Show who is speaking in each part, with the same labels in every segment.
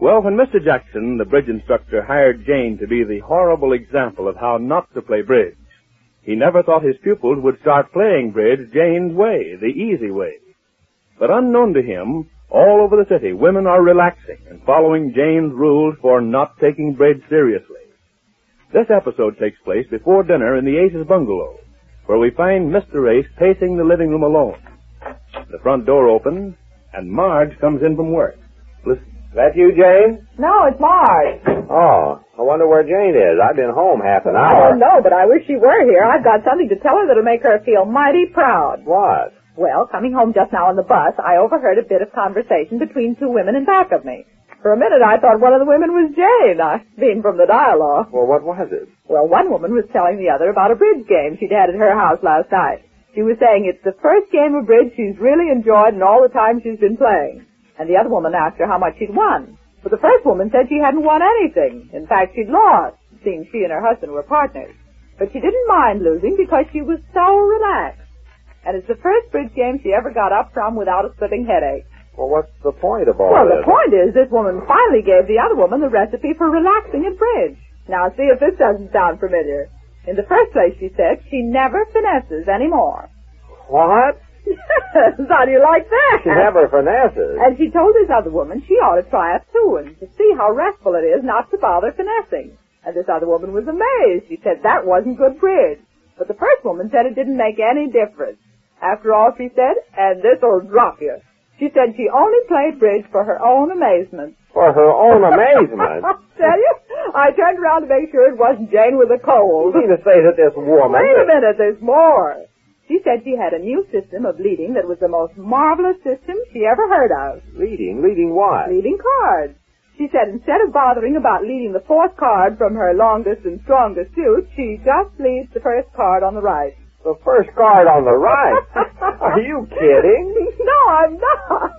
Speaker 1: Well, when Mr. Jackson, the bridge instructor, hired Jane to be the horrible example of how not to play bridge, he never thought his pupils would start playing bridge Jane's way, the easy way. But unknown to him, all over the city, women are relaxing and following Jane's rules for not taking bridge seriously. This episode takes place before dinner in the Aces bungalow, where we find Mr. Ace pacing the living room alone. The front door opens, and Marge comes in from work. Listen.
Speaker 2: That you, Jane?
Speaker 3: No, it's Marge.
Speaker 2: Oh, I wonder where Jane is. I've been home half an
Speaker 3: I
Speaker 2: hour.
Speaker 3: don't know, but I wish she were here. I've got something to tell her that'll make her feel mighty proud.
Speaker 2: What?
Speaker 3: Well, coming home just now on the bus, I overheard a bit of conversation between two women in back of me. For a minute, I thought one of the women was Jane, I mean from the dialogue.
Speaker 2: Well, what was it?
Speaker 3: Well, one woman was telling the other about a bridge game she'd had at her house last night. She was saying it's the first game of bridge she's really enjoyed in all the time she's been playing. And the other woman asked her how much she'd won. But the first woman said she hadn't won anything. In fact, she'd lost, seeing she and her husband were partners. But she didn't mind losing because she was so relaxed. And it's the first bridge game she ever got up from without a splitting headache.
Speaker 2: Well, what's the point of all
Speaker 3: Well,
Speaker 2: this?
Speaker 3: the point is, this woman finally gave the other woman the recipe for relaxing at bridge. Now, see if this doesn't sound familiar. In the first place, she said, she never finesses anymore.
Speaker 2: What?
Speaker 3: How do you like that?
Speaker 2: She never finesses.
Speaker 3: And she told this other woman she ought to try it too, and to see how restful it is not to bother finessing. And this other woman was amazed. She said that wasn't good bridge. But the first woman said it didn't make any difference. After all, she said, and this'll drop you. She said she only played bridge for her own amazement.
Speaker 2: For her own amazement.
Speaker 3: I'll tell you, I turned around to make sure it wasn't Jane with a
Speaker 2: you
Speaker 3: cold.
Speaker 2: mean to say that this woman...
Speaker 3: Wait a minute, there's more. She said she had a new system of leading that was the most marvelous system she ever heard of.
Speaker 2: Leading? Leading what?
Speaker 3: Leading cards. She said instead of bothering about leading the fourth card from her longest and strongest suit, she just leads the first card on the right.
Speaker 2: The first card on the right. Are you kidding?
Speaker 3: no, I'm not.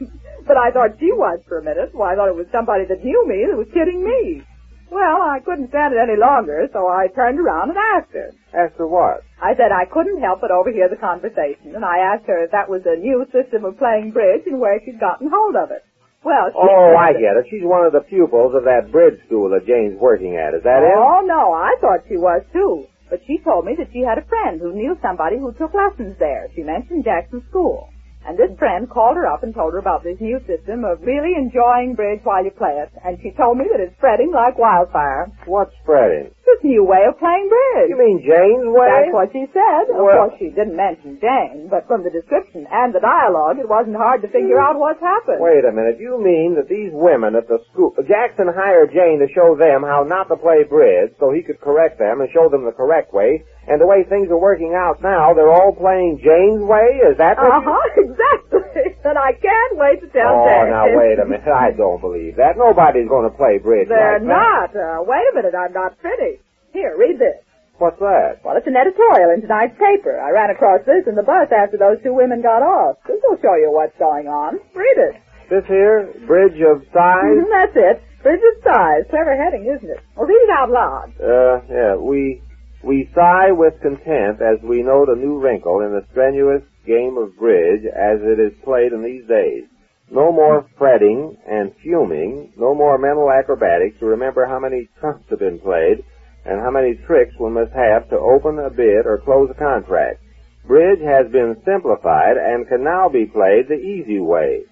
Speaker 3: But I thought she was for a minute. Well, I thought it was somebody that knew me that was kidding me. Well, I couldn't stand it any longer, so I turned around and asked her.
Speaker 2: After what?
Speaker 3: I said I couldn't help but overhear the conversation, and I asked her if that was a new system of playing bridge and where she'd gotten hold of it. Well, she said
Speaker 2: Oh, I
Speaker 3: that-
Speaker 2: get it. She's one of the pupils of that bridge school that Jane's working at. Is that it?
Speaker 3: Oh, no, I thought she was too. But she told me that she had a friend who knew somebody who took lessons there. She mentioned Jackson School. And this friend called her up and told her about this new system of really enjoying bridge while you play it. And she told me that it's spreading like wildfire.
Speaker 2: What's spreading?
Speaker 3: This new way of playing bridge.
Speaker 2: You mean Jane's way?
Speaker 3: That's what she said.
Speaker 2: Well-
Speaker 3: of course, she didn't mention Jane, but from the description and the dialogue, it wasn't hard to figure out what's happened.
Speaker 2: Hmm. Wait a minute. You mean that these women at the school, Jackson hired Jane to show them how not to play bridge so he could correct them and show them the correct way. And the way things are working out now, they're all playing Jane's way? Is that what
Speaker 3: Uh
Speaker 2: you...
Speaker 3: huh, exactly. and I can't wait to tell
Speaker 2: Oh,
Speaker 3: Jane.
Speaker 2: now wait a minute. I don't believe that. Nobody's going to play bridge
Speaker 3: They're
Speaker 2: like that.
Speaker 3: not. Uh, wait a minute, I'm not finished. Here, read this.
Speaker 2: What's that?
Speaker 3: Well, it's an editorial in tonight's paper. I ran across this in the bus after those two women got off. This will show you what's going on. Read it.
Speaker 2: This here? Bridge of sighs?
Speaker 3: Mhm, That's it. Bridget's size. Clever heading, isn't it? Well, read it out loud.
Speaker 2: Uh, yeah, we We sigh with content as we note a new wrinkle in the strenuous game of bridge as it is played in these days. No more fretting and fuming, no more mental acrobatics to remember how many trumps have been played and how many tricks one must have to open a bid or close a contract. Bridge has been simplified and can now be played the easy way.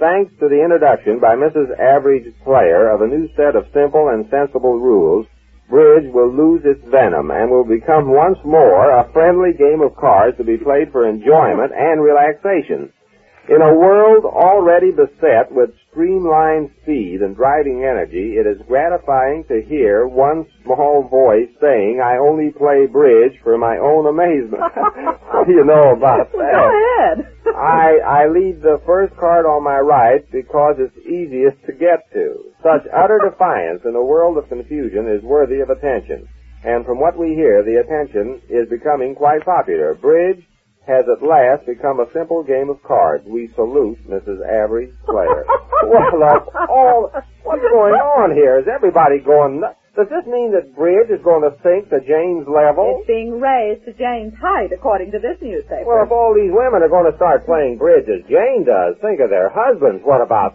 Speaker 2: Thanks to the introduction by Mrs. Average Player of a new set of simple and sensible rules, Bridge will lose its venom and will become once more a friendly game of cards to be played for enjoyment and relaxation. In a world already beset with streamlined speed and driving energy, it is gratifying to hear one small voice saying, I only play bridge for my own amazement. what do you know about
Speaker 3: Go
Speaker 2: that?
Speaker 3: ahead.
Speaker 2: I, I lead the first card on my right because it's easiest to get to. Such utter defiance in a world of confusion is worthy of attention. And from what we hear, the attention is becoming quite popular. Bridge has at last become a simple game of cards. We salute Mrs. Average Player. well, of all, what's going on here? Is everybody going nuts? Does this mean that bridge is going to sink to James level?
Speaker 3: It's being raised to Jane's height, according to this newspaper.
Speaker 2: Well, if all these women are going to start playing bridge as Jane does, think of their husbands. What about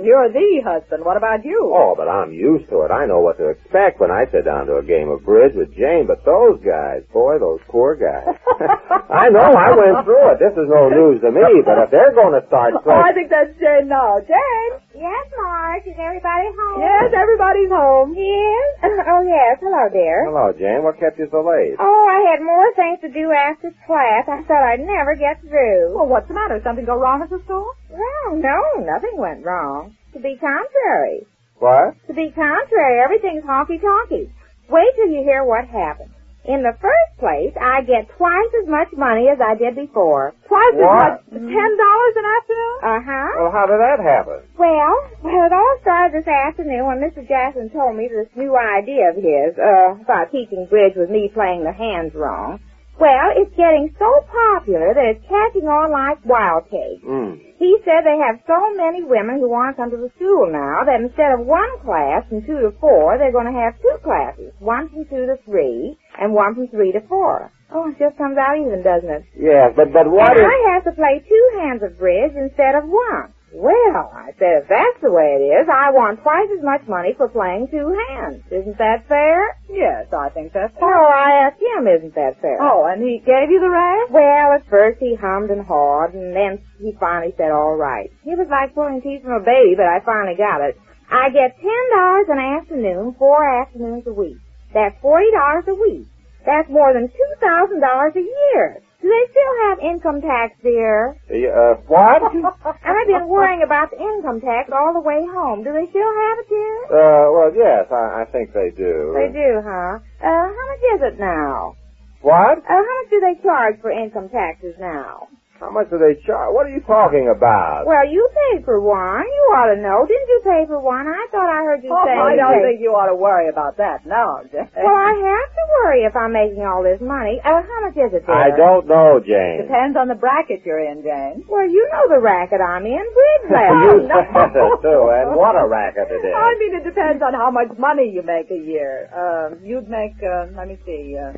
Speaker 3: Hmm, You're the husband. What about you?
Speaker 2: Oh, but I'm used to it. I know what to expect when I sit down to a game of bridge with Jane. But those guys, boy, those poor guys. I know. I went through it. This is no news to me. But if they're going to
Speaker 3: Oh,
Speaker 2: start
Speaker 3: I
Speaker 2: playing,
Speaker 3: think that's Jane now. Jane!
Speaker 4: Yes, Marge. Is everybody home?
Speaker 3: Yes, everybody's home.
Speaker 4: Yes? Oh, yes. Hello, dear.
Speaker 2: hello, Jane. What kept you so late?
Speaker 4: Oh, I had more things to do after class. I thought I'd never get through.
Speaker 3: Well, what's the matter? Something go wrong at the store?
Speaker 4: Well, no, nothing went wrong. To be contrary.
Speaker 2: What?
Speaker 4: To be contrary, everything's honky-tonky. Wait till you hear what happened. In the first place, I get twice as much money as I did before.
Speaker 3: Twice
Speaker 2: What?
Speaker 3: as much. Ten dollars an afternoon?
Speaker 4: Uh-huh.
Speaker 2: Well, how did that happen?
Speaker 4: Well, well, it all started this afternoon when Mr. Jackson told me this new idea of his, uh, about teaching bridge with me playing the hands wrong. Well, it's getting so popular that it's catching on like wildcake.
Speaker 2: Hmm.
Speaker 4: He said they have so many women who want to come to the school now that instead of one class from two to four, they're going to have two classes, one from two to three and one from three to four. Oh, it just comes out even, doesn't it?
Speaker 2: Yes, but but what
Speaker 4: and
Speaker 2: is?
Speaker 4: I have to play two hands of bridge instead of one. Well, I said, if that's the way it is, I want twice as much money for playing two hands. Isn't that fair?
Speaker 3: Yes, I think that's
Speaker 4: No, I asked him, isn't that fair?
Speaker 3: Oh, and he gave you the raise?
Speaker 4: Well, at first he hummed and hawed, and then he finally said, all right. It was like pulling teeth from a baby, but I finally got it. I get ten dollars an afternoon, four afternoons a week. That's forty dollars a week. That's more than two thousand dollars a year. Do they still have income tax, dear?
Speaker 2: Uh, what?
Speaker 4: And I've been worrying about the income tax all the way home. Do they still have it, dear?
Speaker 2: Uh, well, yes, I, I think they do.
Speaker 4: They do, huh? Uh, how much is it now?
Speaker 2: What?
Speaker 4: Uh, how much do they charge for income taxes now?
Speaker 2: How much do they charge? What are you talking about?
Speaker 4: Well, you paid for one. You ought to know. Didn't you pay for one? I thought I heard you
Speaker 3: Oh,
Speaker 4: say.
Speaker 3: I
Speaker 4: you
Speaker 3: don't
Speaker 4: paid-
Speaker 3: think you ought to worry about that now, Jane.
Speaker 4: Well, I have to worry if I'm making all this money. Uh, how much is it, dear?
Speaker 2: I don't know, Jane.
Speaker 3: Depends on the bracket you're in, Jane.
Speaker 4: Well, you know the racket I'm in. Bridge last.
Speaker 2: you said it too, and what a racket it is.
Speaker 3: I mean, it depends on how much money you make a year. Um, you'd make, uh, let me see, uh,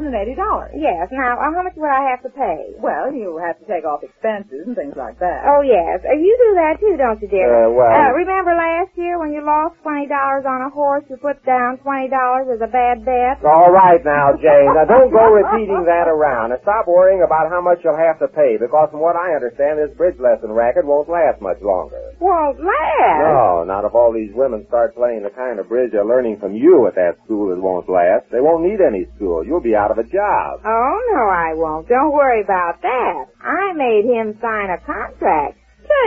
Speaker 3: $2,080.
Speaker 4: Yes. Now, uh, how much would I have to pay?
Speaker 3: Well, you have to take off expenses and things like that.
Speaker 4: Oh yes, Uh, you do that too, don't you, dear?
Speaker 2: Uh, well-
Speaker 4: Uh, remember last year when you lost twenty dollars on a horse? You put down twenty dollars as a bad bet.
Speaker 2: All right now, Jane. Now don't go repeating that around. And stop worrying about how much you'll have to pay, because from what I understand, this bridge lesson racket won't last much longer.
Speaker 4: Well, last.
Speaker 2: No, not if all these women start playing the kind of bridge they're learning from you at that school it won't last. They won't need any school. You'll be out of a job.
Speaker 4: Oh no, I won't. Don't worry about that. I made him sign a contract.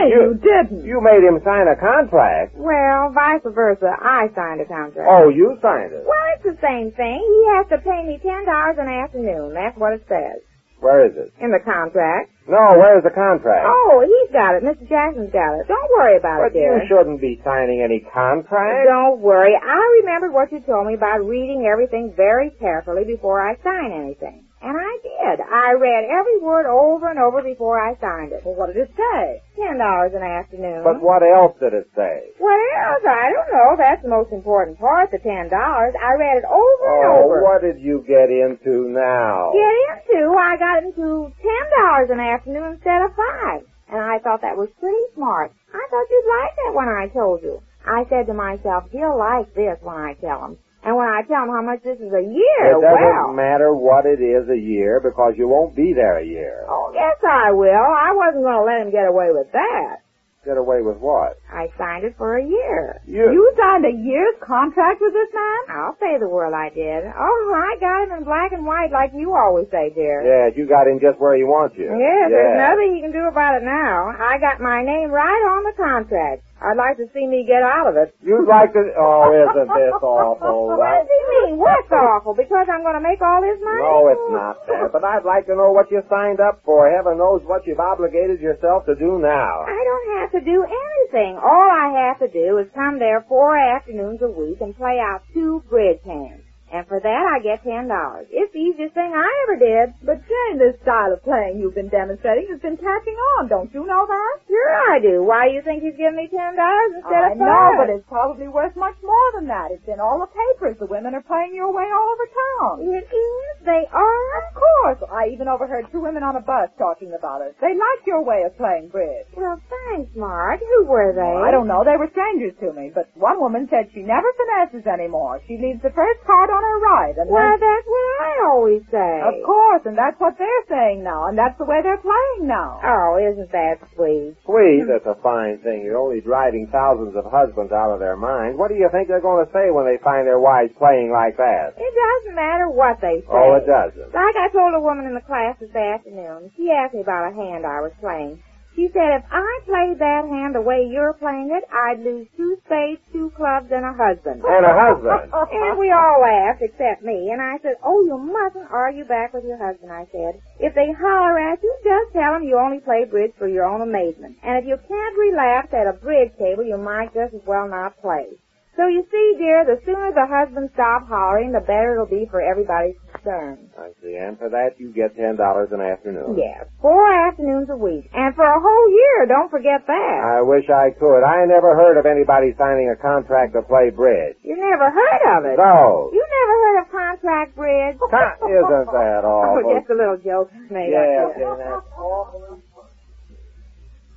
Speaker 3: Jane,
Speaker 2: you-
Speaker 3: you, didn't.
Speaker 2: You made him sign a contract.
Speaker 4: Well, vice versa, I signed a contract.
Speaker 2: Oh, you signed it.
Speaker 4: Well, it's the same thing. He has to pay me ten dollars an afternoon. That's what it says
Speaker 2: Where is it?
Speaker 4: in the contract.
Speaker 2: No, where's the contract?
Speaker 4: Oh, he's got it. Mr. Jackson's got it. Don't worry about
Speaker 2: but
Speaker 4: it, dear.
Speaker 2: you shouldn't be signing any contract.
Speaker 4: Don't worry. I remembered what you told me about reading everything very carefully before I sign anything. And I did. I read every word over and over before I signed it.
Speaker 3: Well, what did it say?
Speaker 4: Ten dollars an afternoon.
Speaker 2: But what else did it say?
Speaker 4: What else? I don't know. That's the most important part, the ten dollars. I read it over and
Speaker 2: Oh,
Speaker 4: over.
Speaker 2: what did you get into now?
Speaker 4: Get into, I got into ten dollars an afternoon instead of five. And I thought that was pretty smart. I thought you'd like that when I told you. I said to myself, he'll like this when I tell him. And when I tell him how much this is a year,
Speaker 2: It doesn't
Speaker 4: well.
Speaker 2: matter what it is a year because you won't be there a year.
Speaker 4: Oh, yes, I will. I wasn't going to let him get away with that.
Speaker 2: Get away with what?
Speaker 4: I signed it for a year.
Speaker 2: You.
Speaker 3: You signed a year's contract with this man?
Speaker 4: I'll say the word I did. Oh, I got him in black and white like you always say, dear.
Speaker 2: Yeah, you got him just where he wants you.
Speaker 4: Yes, there's
Speaker 2: Yeah.
Speaker 4: nothing he can do about it now. I got my name right on the contract. I'd like to see me get out of it.
Speaker 2: You'd like to. Oh, isn't this awful?
Speaker 4: What
Speaker 2: That-
Speaker 4: does he mean? What's awful? Because I'm going to make all this money?
Speaker 2: No, it's not that. But I'd like to know what you signed up for. Heaven knows what you've obligated yourself to do now.
Speaker 4: I don't have to do anything. All I have to do is come there four afternoons a week and play out two bridge hands. And for that I get ten dollars. It's the easiest thing I ever did.
Speaker 3: But Jane, this style of playing you've been demonstrating has been catching on. Don't you know that?
Speaker 4: Sure I do. Why do you think he's giving me ten dollars instead
Speaker 3: I
Speaker 4: of five?
Speaker 3: know, but it's probably worth much more than that. It's in all the papers. The women are playing your way all over town.
Speaker 4: It is. They are.
Speaker 3: Of course. I even overheard two women on a bus talking about it. They liked your way of playing bridge.
Speaker 4: Well, thanks, Marge. Who were they?
Speaker 3: I don't know. They were strangers to me, but one woman said she never finesses anymore. She leaves the first card on her right, and
Speaker 4: Well,
Speaker 3: then-
Speaker 4: that's what I always say.
Speaker 3: of course, and that's what they're saying now, and that's the way they're playing now.
Speaker 4: Oh, isn't that sweet?
Speaker 2: Sweet, that's a fine thing. You're only driving thousands of husbands out of their minds. What do you think they're going to say when they find their wives playing like that?
Speaker 4: It doesn't matter what they say.
Speaker 2: Oh, it doesn't.
Speaker 4: Like I told a woman in the class this afternoon, she asked me about a hand I was playing. She said if I played that hand the way you're playing it, I'd lose two spades, two clubs, and a husband.
Speaker 2: And a husband.
Speaker 4: And we all laughed except me, and I said, oh, you mustn't argue back with your husband, I said. If they holler at you, just tell them you only play bridge for your own amazement. And if you can't relapse at a bridge table, you might just as well not play. So you see, dear, the sooner the husbands stop hollering, the better it'll be for everybody's concern.
Speaker 2: I see. And for that, you get ten dollars an afternoon.
Speaker 4: Yes, four afternoons a week. And for a whole year, don't forget that.
Speaker 2: I wish I could. I never heard of anybody signing a contract to play bridge.
Speaker 4: You never heard of it.
Speaker 2: No.
Speaker 4: You never heard of contract bridge?
Speaker 2: Con- isn't that awful?
Speaker 4: Oh, just a little joke made
Speaker 2: Yes,
Speaker 4: up.
Speaker 2: and that's awful.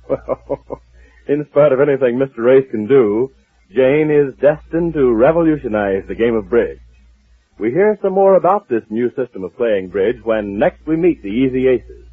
Speaker 1: Well, in spite of anything Mr. Race can do, Jane is destined to revolutionize the game of bridge. We hear some more about this new system of playing bridge when next we meet the Easy Aces.